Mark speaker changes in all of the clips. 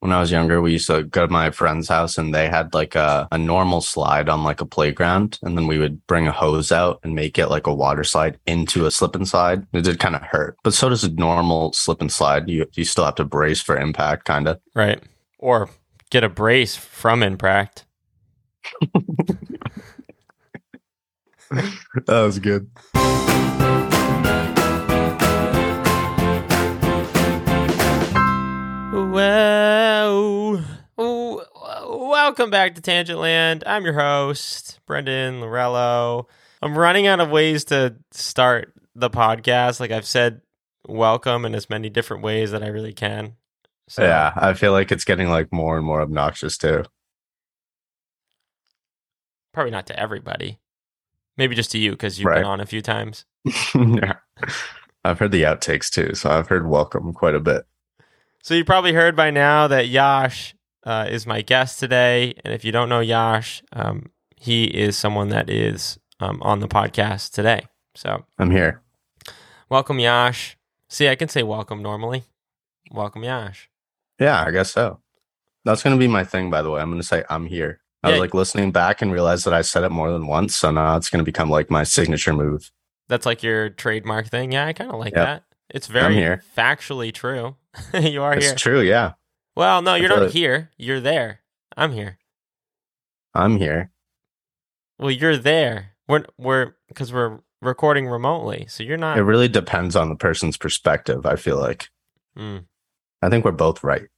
Speaker 1: when I was younger, we used to go to my friend's house and they had like a, a normal slide on like a playground. And then we would bring a hose out and make it like a water slide into a slip and slide. It did kind of hurt, but so does a normal slip and slide. You, you still have to brace for impact, kind of.
Speaker 2: Right. Or get a brace from impact.
Speaker 1: that was good.
Speaker 2: Well, w- welcome back to Tangent Land. I'm your host, Brendan Lorello. I'm running out of ways to start the podcast. Like I've said, welcome in as many different ways that I really can. So,
Speaker 1: yeah, I feel like it's getting like more and more obnoxious too.
Speaker 2: Probably not to everybody. Maybe just to you because you've
Speaker 1: Right.
Speaker 2: been on a few times.
Speaker 1: yeah. I've heard the outtakes too. So I've heard welcome quite a bit.
Speaker 2: So you probably heard by now that Yash uh, is my guest today, and if you don't know Yash, um, he is someone that is um, on the podcast today. So
Speaker 1: I'm here.
Speaker 2: welcome, Yash. See, I can say welcome normally. Welcome, Yash.
Speaker 1: Yeah, I guess so. That's going to be my thing, by the way. I'm going to say I'm here. I was
Speaker 2: Yeah.
Speaker 1: like listening back and realized that I said it more than once. So now it's going to become like my signature move.
Speaker 2: That's like your trademark thing. Yeah, I kind of like
Speaker 1: Yep.
Speaker 2: that. It's very
Speaker 1: here.
Speaker 2: factually true. you are
Speaker 1: it's
Speaker 2: here.
Speaker 1: true. Yeah.
Speaker 2: Well, no, you're
Speaker 1: That's
Speaker 2: not
Speaker 1: it.
Speaker 2: here. You're there. I'm here.
Speaker 1: I'm here.
Speaker 2: Well, you're there. We're we're because we're recording remotely, so you're not.
Speaker 1: It really depends on the person's perspective. I feel like
Speaker 2: Mm.
Speaker 1: I think we're both right.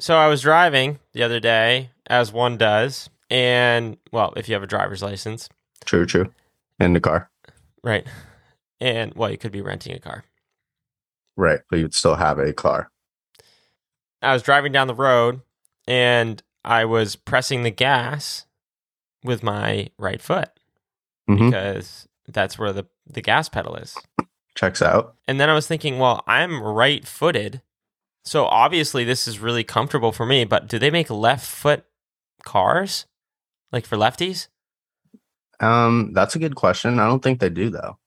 Speaker 2: So I was driving the other day, as one does, and well, if you have a driver's license,
Speaker 1: True, true. In the car.
Speaker 2: right? And well, you could be renting a car.
Speaker 1: Right. But you'd still have a car.
Speaker 2: I was driving down the road and I was pressing the gas with my right foot
Speaker 1: Mhm.
Speaker 2: because that's where the, the gas pedal is.
Speaker 1: Checks out.
Speaker 2: And then I was thinking, well, I'm right footed. So obviously this is really comfortable for me, but do they make left foot cars? Like for lefties?
Speaker 1: Um, that's a good question. I don't think they do though.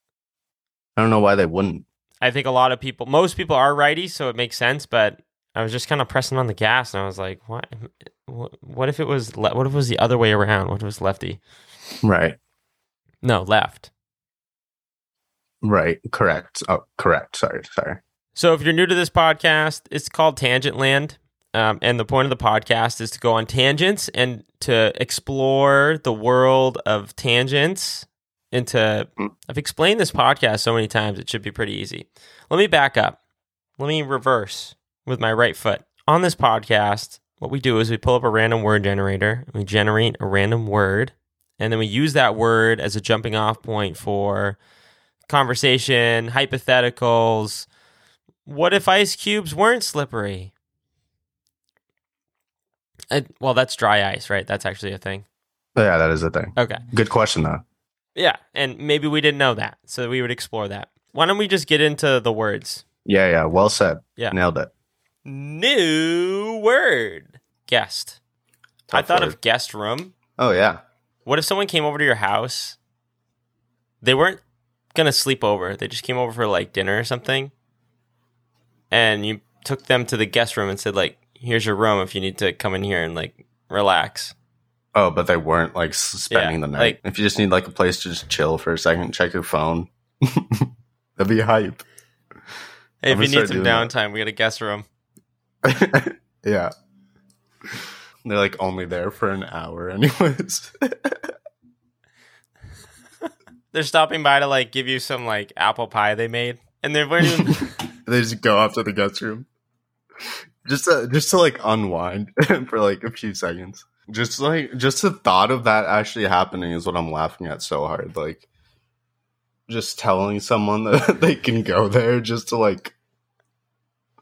Speaker 1: I don't know why they wouldn't.
Speaker 2: I think a lot of people, most people are righties, so it makes sense. But I was just kind of pressing on the gas, and I was like, "What? What what if it was? Le- what if it was the other way around? What if it was lefty?
Speaker 1: Right.
Speaker 2: No, left."
Speaker 1: Right. Correct. Oh, correct. Sorry. Sorry.
Speaker 2: So if you're new to this podcast, it's called Tangent Land. Um, and the point of the podcast is to go on tangents and to explore the world of tangents. And to, I've explained this podcast so many times, it should be pretty easy. Let me back up. Let me reverse with my right foot. On this podcast, what we do is we pull up a random word generator, and we generate a random word, and then we use that word as a jumping off point for conversation, hypotheticals, what if ice cubes weren't slippery? Uh, well, that's dry ice, right? That's actually a thing.
Speaker 1: Yeah, that is a thing.
Speaker 2: Okay.
Speaker 1: Good question though.
Speaker 2: Yeah. And maybe we didn't know that. So we would explore that. Why don't we just get into the words?
Speaker 1: Yeah, yeah. Well said.
Speaker 2: Yeah.
Speaker 1: Nailed it.
Speaker 2: New word guest. I
Speaker 1: Tough
Speaker 2: thought
Speaker 1: word.
Speaker 2: of guest room.
Speaker 1: Oh yeah.
Speaker 2: What if someone came over to your house? They weren't going to sleep over. They just came over for like dinner or something. And you took them to the guest room and said like, "Here's your room if you need to come in here and like relax."
Speaker 1: Oh, but they weren't like s- spending
Speaker 2: Yeah,
Speaker 1: the night. if you just need like a place to just chill for a second, check your phone. That'd be hype.
Speaker 2: Hey,
Speaker 1: I'm gonna
Speaker 2: if you
Speaker 1: start
Speaker 2: need some
Speaker 1: doing that.
Speaker 2: downtime, we got a guest room.
Speaker 1: yeah. They're like only there for an hour, anyways.
Speaker 2: They're stopping by to like give you some like apple pie they made, and they weren't even.
Speaker 1: they just go off to the guest room, just to, just to like unwind for like a few seconds. Just like just the thought of that actually happening is what I'm laughing at so hard. Like just telling someone that they can go there just to like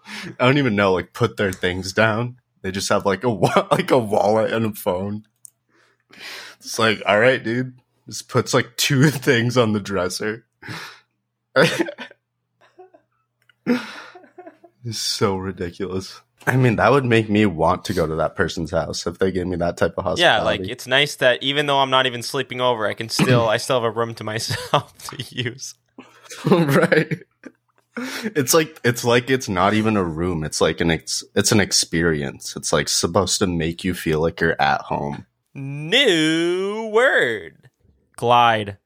Speaker 1: I don't even know like put their things down. They just have like a wa- like a wallet and a phone. It's like all right, dude. Just puts like two things on the dresser. It's so ridiculous. I mean, that would make me want to go to that person's house if they gave me that type of
Speaker 2: yeah,
Speaker 1: hospitality.
Speaker 2: like it's nice that even though I'm not even sleeping over, I can still I still have a room to myself to use.
Speaker 1: right. It's like it's like it's not even a room. It's like an ex- it's an experience. It's like supposed to make you feel like you're at home.
Speaker 2: New word. Glide.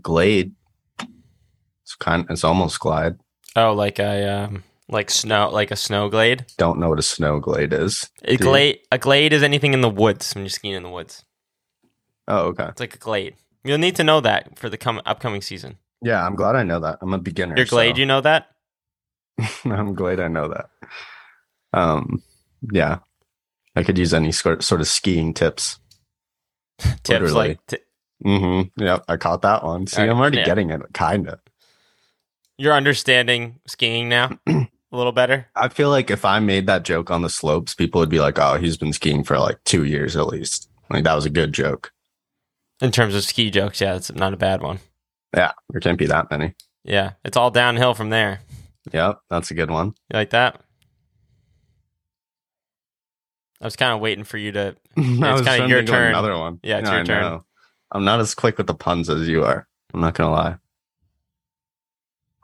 Speaker 1: Glade. It's kind. It's almost glide.
Speaker 2: Oh, like a um, like snow, like a snow glade.
Speaker 1: Don't know what a snow glade is.
Speaker 2: A
Speaker 1: Dude.
Speaker 2: glade, a glade is anything in the woods when you're skiing in the woods.
Speaker 1: Oh, okay.
Speaker 2: It's like a glade. You'll need to know that for the com- upcoming season.
Speaker 1: Yeah, I'm glad I know that. I'm a beginner.
Speaker 2: Your glade, you know that?
Speaker 1: you. I'm glad I know that. Um, yeah, I could use any sort sort of skiing tips.
Speaker 2: Tips
Speaker 1: Literally.
Speaker 2: like t-
Speaker 1: Mm-hmm. Yep, I caught that one. See,
Speaker 2: Alright,
Speaker 1: I'm already
Speaker 2: yeah.
Speaker 1: getting it, kinda.
Speaker 2: you're understanding skiing now a little better.
Speaker 1: I feel like if I made that joke on the slopes, people would be like, "Oh, he's been skiing for like two years at least." Like that was a good joke.
Speaker 2: In terms of ski jokes, yeah, it's not a bad one.
Speaker 1: Yeah, there can't be that many.
Speaker 2: Yeah, it's all downhill from there.
Speaker 1: Yep, that's a good one.
Speaker 2: You like that? I was kind of waiting for you to.
Speaker 1: I was
Speaker 2: kinda
Speaker 1: trying
Speaker 2: your
Speaker 1: to go
Speaker 2: turn.
Speaker 1: Another one.
Speaker 2: Yeah, it's
Speaker 1: No,
Speaker 2: your
Speaker 1: I
Speaker 2: turn.
Speaker 1: know. I'm not as quick with the puns as you are. I'm not gonna lie.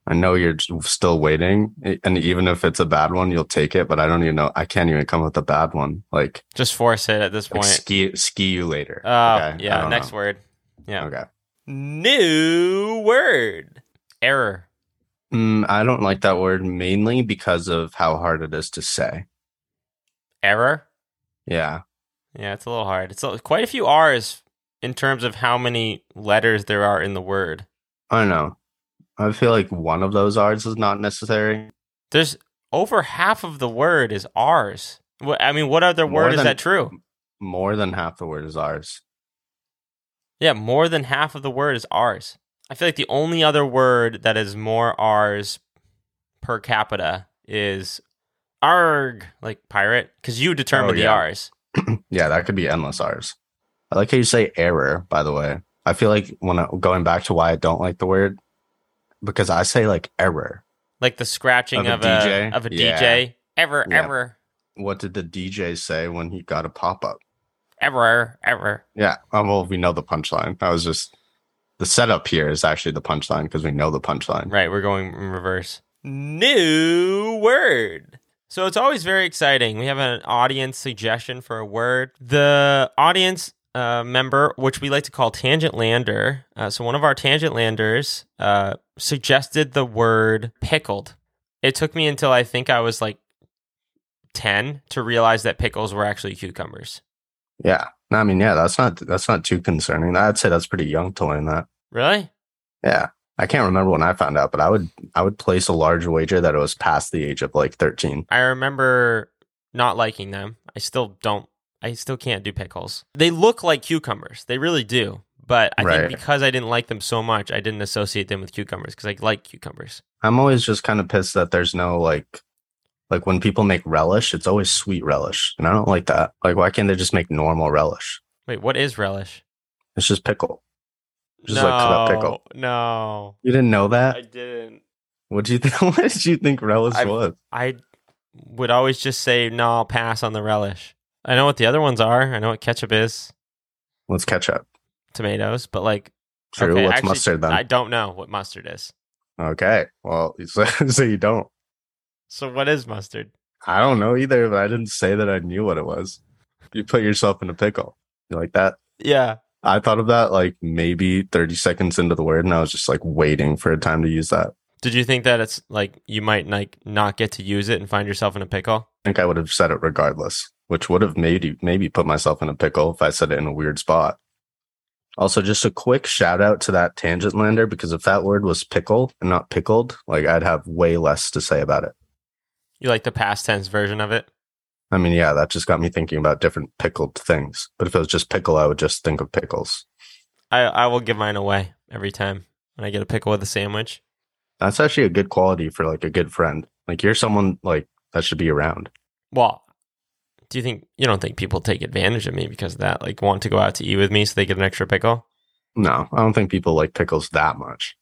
Speaker 1: I know you're j- still waiting, e- and even if it's a bad one, you'll take it. But I don't even know. I can't even come up with a bad one. Like,
Speaker 2: Just force it at this
Speaker 1: like
Speaker 2: point.
Speaker 1: ski, ski you later. Okay,
Speaker 2: Uh,
Speaker 1: I
Speaker 2: yeah,
Speaker 1: don't
Speaker 2: next
Speaker 1: know.
Speaker 2: word. yeah.
Speaker 1: Okay.
Speaker 2: New word. Error.
Speaker 1: Mm, I don't like that word mainly because of how hard it is to say.
Speaker 2: Error?
Speaker 1: Yeah.
Speaker 2: Yeah, it's a little hard. It's a, quite a few R's in terms of how many letters there are in the word.
Speaker 1: I don't know. I feel like one of those R's is not necessary.
Speaker 2: There's over half of the word is R's. Wha- I mean, what other
Speaker 1: More
Speaker 2: word is
Speaker 1: than-
Speaker 2: that true?
Speaker 1: More than half the word is R's.
Speaker 2: Yeah, more than half of the word is R's. I feel like the only other word that is more R's per capita is arg, like pirate, because you determine
Speaker 1: Oh, yeah.
Speaker 2: the R's.
Speaker 1: Yeah, that could be endless R's. I like how you say error, by the way. I feel like when I, going back to why I don't like the word, because I say like error.
Speaker 2: Like the scratching
Speaker 1: Of
Speaker 2: of
Speaker 1: a
Speaker 2: a,
Speaker 1: DJ?
Speaker 2: of a
Speaker 1: Yeah.
Speaker 2: DJ. Ever,
Speaker 1: Yeah.
Speaker 2: ever,
Speaker 1: What did the DJ say when he got a pop up?
Speaker 2: ever, ever.
Speaker 1: Yeah. Oh, well, we know the punchline. I was just, the setup here is actually the punchline because we know the punchline.
Speaker 2: Right, we're going in reverse. New word. So it's always very exciting. We have an audience suggestion for a word. The audience uh, member, which we like to call Tangent Lander, uh, so one of our Tangent Landers uh, suggested the word pickled. It took me until I think I was like 10 to realize that pickles were actually cucumbers.
Speaker 1: Yeah. I mean, yeah, that's not that's not too concerning. I'd say that's pretty young to learn that.
Speaker 2: Really?
Speaker 1: Yeah. I can't remember when I found out, but I would I would place a large wager that it was past the age of like 13.
Speaker 2: I remember not liking them. I still don't. I still can't do pickles. They look like cucumbers. They really do. But I
Speaker 1: Right.
Speaker 2: think because I didn't like them so much, I didn't associate them with cucumbers because I like cucumbers.
Speaker 1: I'm always just kind of pissed that there's no like like when people make relish, it's always sweet relish. And I don't like that. Like why can't they just make normal relish?
Speaker 2: Wait, what is relish?
Speaker 1: It's just pickle. Just like cut up pickle.
Speaker 2: No,
Speaker 1: You didn't know that?
Speaker 2: didn't.
Speaker 1: What do you think what did you think relish
Speaker 2: I've-
Speaker 1: was?
Speaker 2: I would always just say no. I'll pass on the relish. I know what the other ones are. I know what ketchup is,
Speaker 1: What's ketchup?
Speaker 2: tomatoes, but like
Speaker 1: True.
Speaker 2: okay,
Speaker 1: What's
Speaker 2: actually,
Speaker 1: mustard then?
Speaker 2: I don't know what mustard is.
Speaker 1: okay. Well, so, so you don't.
Speaker 2: So what is mustard?
Speaker 1: I don't know either, but I didn't say that I knew what it was. You put yourself in a pickle. You like that?
Speaker 2: Yeah,
Speaker 1: I thought of that like maybe 30 seconds into the word, and I was just like waiting for a time to use that.
Speaker 2: Did you think that it's like you might like not get to use it and find yourself in a pickle?
Speaker 1: I think I would have said it regardless, which would have maybe maybe put myself in a pickle if I said it in a weird spot. Also, just a quick shout out to that tangent lander because if that word was pickle and not pickled, like I'd have way less to say about it.
Speaker 2: You like the past tense version of it?
Speaker 1: I mean, yeah, that just got me thinking about different pickled things. But if it was just pickle, I would just think of pickles.
Speaker 2: I I will give mine away every time when I get a pickle with a sandwich.
Speaker 1: That's actually a good quality for like a good friend. Like you're someone like that should be around.
Speaker 2: Well, do you think you don't think people take advantage of me because of that? Like want to go out to eat with me so they get an extra pickle?
Speaker 1: No, I don't think people like pickles that much.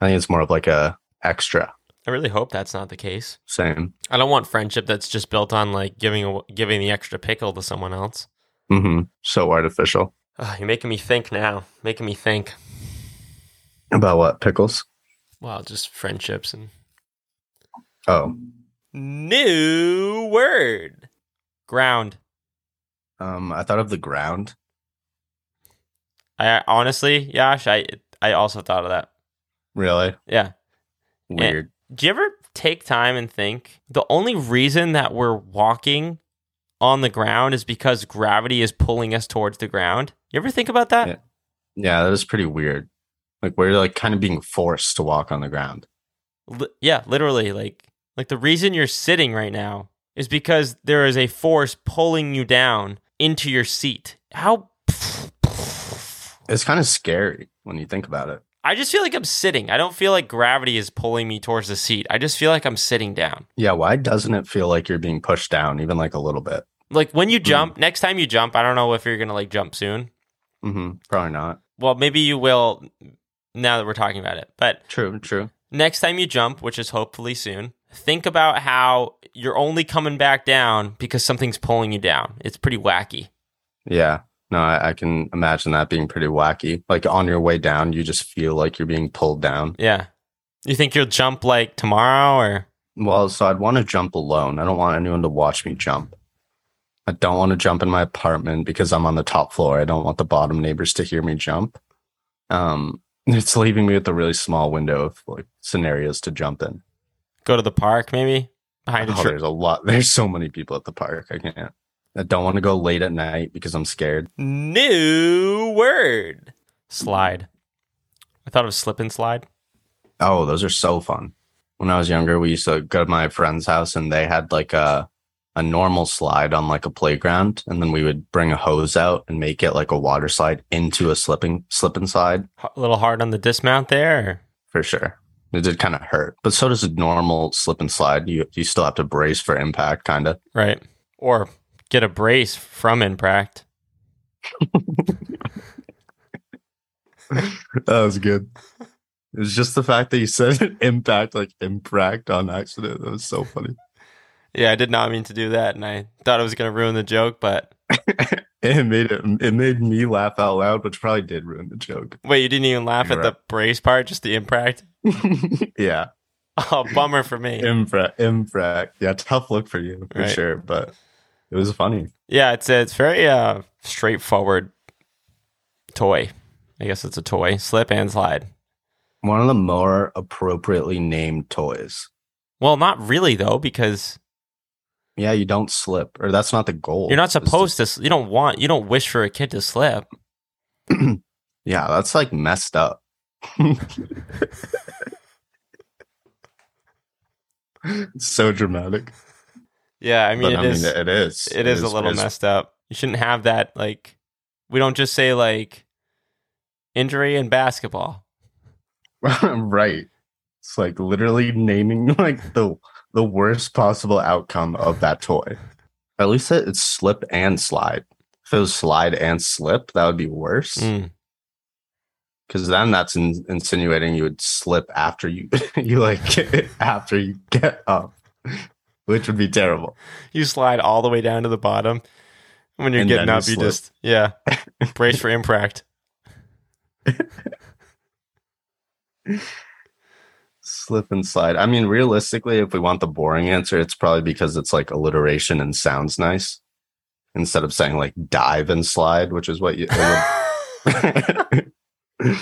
Speaker 1: I think it's more of like a extra.
Speaker 2: I really hope that's not the case.
Speaker 1: Same.
Speaker 2: I don't want friendship that's just built on like giving aw- giving the extra pickle to someone else.
Speaker 1: hmm So artificial.
Speaker 2: Ugh, you're making me think now. Making me think.
Speaker 1: About what? Pickles?
Speaker 2: Well, just friendships and
Speaker 1: Oh,
Speaker 2: new word. Ground.
Speaker 1: um, I thought of the ground.
Speaker 2: I honestly, Yash, I I also thought of that.
Speaker 1: Really
Speaker 2: Yeah.
Speaker 1: weird.
Speaker 2: Do you ever take time and think the only reason that we're walking on the ground is because gravity is pulling us towards the ground? You ever think about that?
Speaker 1: Yeah. yeah, that is pretty weird. Like we're like kind of being forced to walk on the ground.
Speaker 2: Li- yeah, literally like like the reason you're sitting right now is because there is a force pulling you down into your seat. How
Speaker 1: It's kind of scary when you think about it.
Speaker 2: I just feel like I'm sitting. I don't feel like gravity is pulling me towards the seat. I just feel like I'm sitting down.
Speaker 1: Yeah, why doesn't it feel like you're being pushed down even like a little bit?
Speaker 2: Like when you jump, next time you jump, I don't know if you're going to like jump soon.
Speaker 1: Mm-hmm. Probably not.
Speaker 2: Well, maybe you will now that we're talking about it. But
Speaker 1: True. True.
Speaker 2: next time you jump, which is hopefully soon, think about how you're only coming back down because something's pulling you down. It's pretty wacky.
Speaker 1: Yeah. No, I, I can imagine that being pretty wacky. Like on your way down, you just feel like you're being pulled down.
Speaker 2: Yeah. You think you'll jump like tomorrow or
Speaker 1: Well, so I'd want to jump alone. I don't want anyone to watch me jump. I don't want to jump in my apartment because I'm on the top floor. I don't want the bottom neighbors to hear me jump. Um, it's leaving me with a really small window of like scenarios to jump in.
Speaker 2: go to the park maybe behind a
Speaker 1: Oh,
Speaker 2: tree?
Speaker 1: there's a lot. There's so many people at the park. I can't. I don't want to go late at night because I'm scared.
Speaker 2: New word. Slide. I thought it was slip and slide.
Speaker 1: Oh, those are so fun. When I was younger, we used to go to my friend's house and they had like a a normal slide on like a playground, and then we would bring a hose out and make it like a water slide into a slipping slip and slide
Speaker 2: H- A little hard on the dismount there.
Speaker 1: for sure. It did kind of hurt, but so does a normal slip and slide. You you still have to brace for impact, kind of.
Speaker 2: or- right. Or get a brace from impact.
Speaker 1: That was good. It was just the fact that you said impact, like impact on accident. That was so funny.
Speaker 2: Yeah, I did not mean to do that and I thought I was going to ruin the joke, but
Speaker 1: It made it. It made me laugh out loud, which probably did ruin the joke.
Speaker 2: wait, you didn't even laugh
Speaker 1: You're
Speaker 2: at the brace part, just the impact?
Speaker 1: yeah.
Speaker 2: Oh, bummer for me.
Speaker 1: Infra, infra. Yeah, tough look for you for
Speaker 2: Right.
Speaker 1: sure, but it was funny.
Speaker 2: Yeah, it's a, it's very uh, straightforward toy. I guess it's a toy. Slip and slide.
Speaker 1: One of the more appropriately named toys.
Speaker 2: Well, not really though, because
Speaker 1: Yeah, you don't slip, or that's not the goal.
Speaker 2: you're not
Speaker 1: It's to-
Speaker 2: supposed to. s- You don't want. You don't wish for a kid to slip.
Speaker 1: yeah, that's like messed up. so dramatic.
Speaker 2: Yeah, I mean
Speaker 1: but
Speaker 2: it is.
Speaker 1: it is.
Speaker 2: it is a little
Speaker 1: it
Speaker 2: messed up. You shouldn't have that. Like, we don't just say like injury in basketball.
Speaker 1: right. It's like literally naming like the the worst possible outcome of that toy. At least it, it's slip and slide. If it was slide and slip, that would be worse.
Speaker 2: Mm.
Speaker 1: Because then that's in, insinuating you would slip after you you like after you get up, which would be terrible.
Speaker 2: You slide all the way down to the bottom. When you're
Speaker 1: And
Speaker 2: getting
Speaker 1: then you
Speaker 2: up, you,
Speaker 1: slip.
Speaker 2: just yeah, brace for impact.
Speaker 1: Slip and slide. I mean, realistically, if we want the boring answer, it's probably because it's like alliteration and sounds nice instead of saying like dive and slide, which is what you, it would I mean,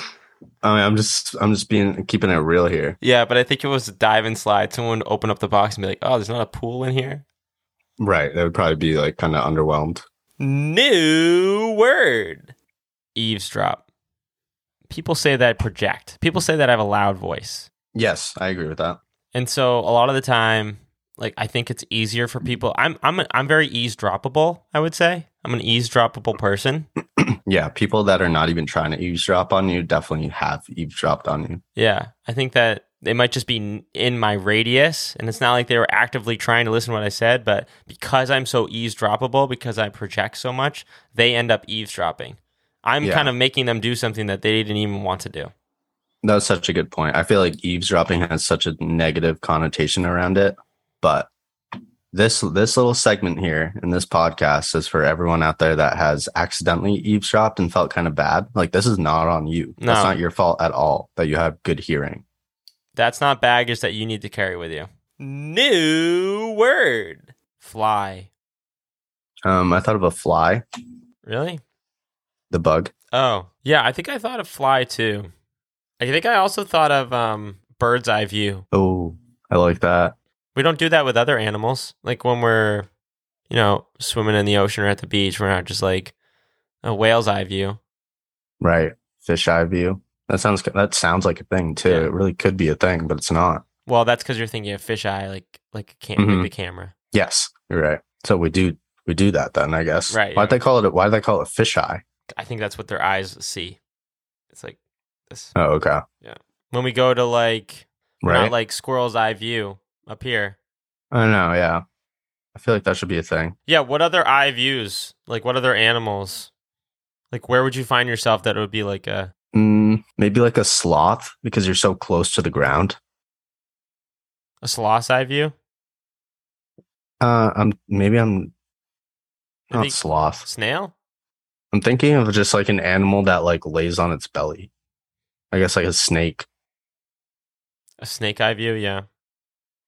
Speaker 1: I'm just I'm just being keeping it real here.
Speaker 2: Yeah, but I think it was a dive and slide. Someone would open up the box and be like, "Oh, there's not a pool in here."
Speaker 1: Right. That would probably be like kind of underwhelmed.
Speaker 2: New word: eavesdrop. People say that I project. People say that I have a loud voice,
Speaker 1: Yes, I agree with that.
Speaker 2: and so a lot of the time, like I think it's easier for people. I'm I'm a, I'm very eavesdroppable. I would say I'm an eavesdroppable person.
Speaker 1: Yeah, people that are not even trying to eavesdrop on you definitely have eavesdropped on you.
Speaker 2: Yeah, I think that they might just be in my radius, and it's not like they were actively trying to listen to what I said, but because I'm so eavesdroppable, because I project so much, they end up eavesdropping. I'm
Speaker 1: Yeah.
Speaker 2: kind of making them do something that they didn't even want to do.
Speaker 1: That's such a good point. I feel like eavesdropping has such a negative connotation around it, but this this little segment here in this podcast is for everyone out there that has accidentally eavesdropped and felt kind of bad. Like this is not on you. That's
Speaker 2: No.
Speaker 1: not your fault at all that you have good hearing.
Speaker 2: That's not baggage that you need to carry with you. New word fly.
Speaker 1: Um, I thought of a fly,
Speaker 2: Really?
Speaker 1: the bug.
Speaker 2: Oh, yeah. I think I thought of fly too. I think I also thought of um, bird's eye view.
Speaker 1: Oh, I like that.
Speaker 2: We don't do that with other animals. Like when we're, you know, swimming in the ocean or at the beach, we're not just like a whale's eye view.
Speaker 1: Right, fish eye view. That sounds that sounds like a thing too.
Speaker 2: Yeah.
Speaker 1: It really could be a thing, but it's not.
Speaker 2: Well, that's because you're thinking of fish eye, like like a cam-
Speaker 1: Mhm.
Speaker 2: like the camera.
Speaker 1: Yes, you're right. So we do we do that then, I guess.
Speaker 2: Right,
Speaker 1: Why'd
Speaker 2: yeah.
Speaker 1: they call it? Why'd they call it fish eye?
Speaker 2: I think that's what their eyes see. It's like this.
Speaker 1: Oh, okay.
Speaker 2: When we go to like we're
Speaker 1: Right.
Speaker 2: not like squirrel's eye view up here.
Speaker 1: I don't know. Yeah, I feel like that should be a thing.
Speaker 2: Yeah, what other eye views? Like what other animals? Like where would you find yourself that it would be like a
Speaker 1: Mm, maybe like a sloth because you're so close to the ground.
Speaker 2: a sloth eye view?
Speaker 1: Uh, I'm maybe I'm
Speaker 2: I
Speaker 1: not
Speaker 2: think-
Speaker 1: sloth.
Speaker 2: Snail?
Speaker 1: I'm thinking of just like an animal that like lays on its belly. I guess like a snake.
Speaker 2: A snake eye view, yeah.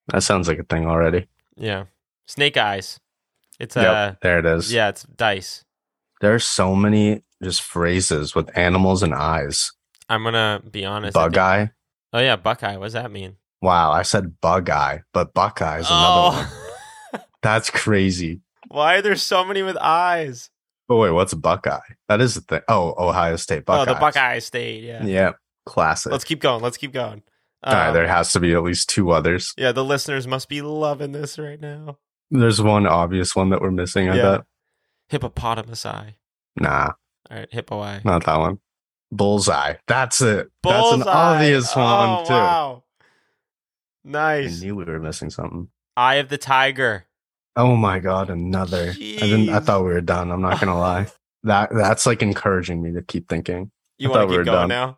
Speaker 1: That sounds like a thing already.
Speaker 2: Yeah. Snake eyes. It's
Speaker 1: Yep,
Speaker 2: uh
Speaker 1: there it is.
Speaker 2: yeah, it's dice.
Speaker 1: There are so many just phrases with animals and eyes.
Speaker 2: I'm gonna be honest. I
Speaker 1: Bug
Speaker 2: think-
Speaker 1: eye.
Speaker 2: Oh yeah, Buckeye. What does that mean?
Speaker 1: Wow, I said bug eye, but buckeye is
Speaker 2: Oh.
Speaker 1: another one. That's crazy.
Speaker 2: why are there so many with eyes?
Speaker 1: But wait, what's buckeye? That is the thing. Oh, Ohio State Buckeyes.
Speaker 2: Oh, the Buckeye State. Yeah.
Speaker 1: Yeah, classic.
Speaker 2: Let's keep going. Let's keep going.
Speaker 1: All right,
Speaker 2: Um,
Speaker 1: there has to be at least two others.
Speaker 2: yeah, the listeners must be loving this right now.
Speaker 1: There's one obvious one that we're missing. I
Speaker 2: Yeah.
Speaker 1: bet.
Speaker 2: Hippopotamus eye.
Speaker 1: Nah,
Speaker 2: All right, hippo eye.
Speaker 1: not that one. Bullseye. That's it. That's an
Speaker 2: Bullseye.
Speaker 1: obvious
Speaker 2: Oh,
Speaker 1: one too.
Speaker 2: Wow.
Speaker 1: I
Speaker 2: Nice.
Speaker 1: knew we were missing something.
Speaker 2: Eye of the tiger.
Speaker 1: Oh my god, another. I didn't. I
Speaker 2: Jeez.
Speaker 1: thought we were done. I'm not gonna lie. That that's like encouraging me to keep thinking.
Speaker 2: You
Speaker 1: I
Speaker 2: want to
Speaker 1: thought we
Speaker 2: keep
Speaker 1: were done.
Speaker 2: going now?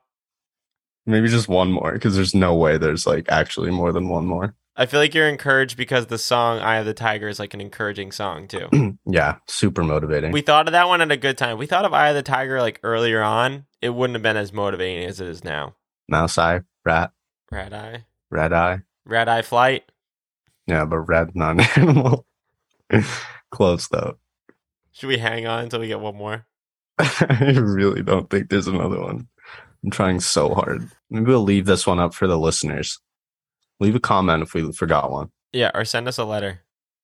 Speaker 1: Maybe just one more because there's no way there's like actually more than one more.
Speaker 2: I feel like you're encouraged because the song "Eye of the Tiger" is like an encouraging song too.
Speaker 1: yeah, super motivating.
Speaker 2: we thought of that one at a good time. We thought of "Eye of the Tiger" like earlier on. It wouldn't have been as motivating as it is now.
Speaker 1: Mouse eye, rat,
Speaker 2: Red eye,
Speaker 1: red eye.
Speaker 2: red eye flight.
Speaker 1: Yeah, but red non animal. Close though.
Speaker 2: Should we hang on until we get one more?
Speaker 1: I really don't think there's another one. I'm trying so hard. Maybe we'll leave this one up for the listeners. Leave a comment if we forgot one.
Speaker 2: Yeah, or send us a letter.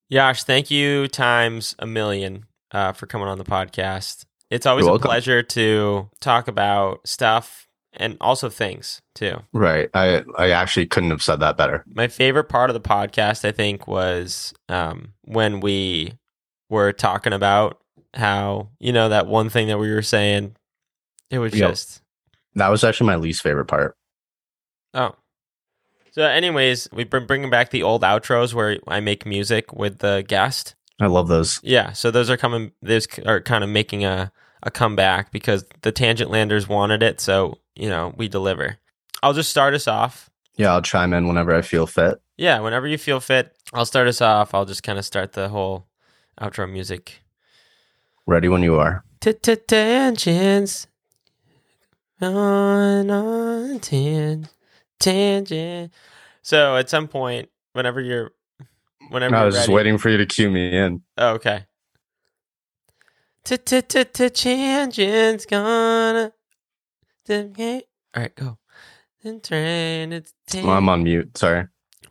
Speaker 2: Yash, thank you times a million uh, for coming on the podcast. It's always
Speaker 1: You're
Speaker 2: a
Speaker 1: welcome.
Speaker 2: pleasure to talk about stuff and also things too.
Speaker 1: Right. I I actually couldn't have said that better.
Speaker 2: My favorite part of the podcast, I think, was um, when we were talking about how, you know, that one thing that we were saying, it was
Speaker 1: Yep.
Speaker 2: just,
Speaker 1: That was actually my least favorite part.
Speaker 2: oh. So, anyways, we've been bringing back the old outros where I make music with the guest.
Speaker 1: I love those.
Speaker 2: Yeah, so those are coming. Those c- are kind of making a a comeback because the Tangent Landers wanted it, so you know we deliver. I'll just start us off.
Speaker 1: Yeah, I'll chime in whenever I feel fit.
Speaker 2: Yeah, whenever you feel fit, I'll start us off. I'll just kind of start the whole outro music.
Speaker 1: Ready when you are.
Speaker 2: Tangents on on tan- tangent. So at some point, whenever you're, whenever
Speaker 1: I
Speaker 2: you're
Speaker 1: was just
Speaker 2: ready-
Speaker 1: waiting for you to cue me in.
Speaker 2: Oh, okay. Tangent's gonna. All right, go. And train it's
Speaker 1: Well, I'm on mute. Sorry.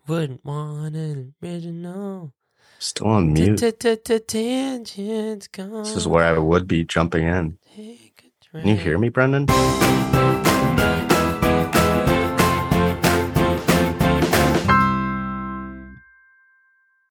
Speaker 2: Wouldn't want an original.
Speaker 1: Still on mute.
Speaker 2: Tangent's gonna.
Speaker 1: This is where I would be jumping in. Can you hear me, Brendan?
Speaker 2: me?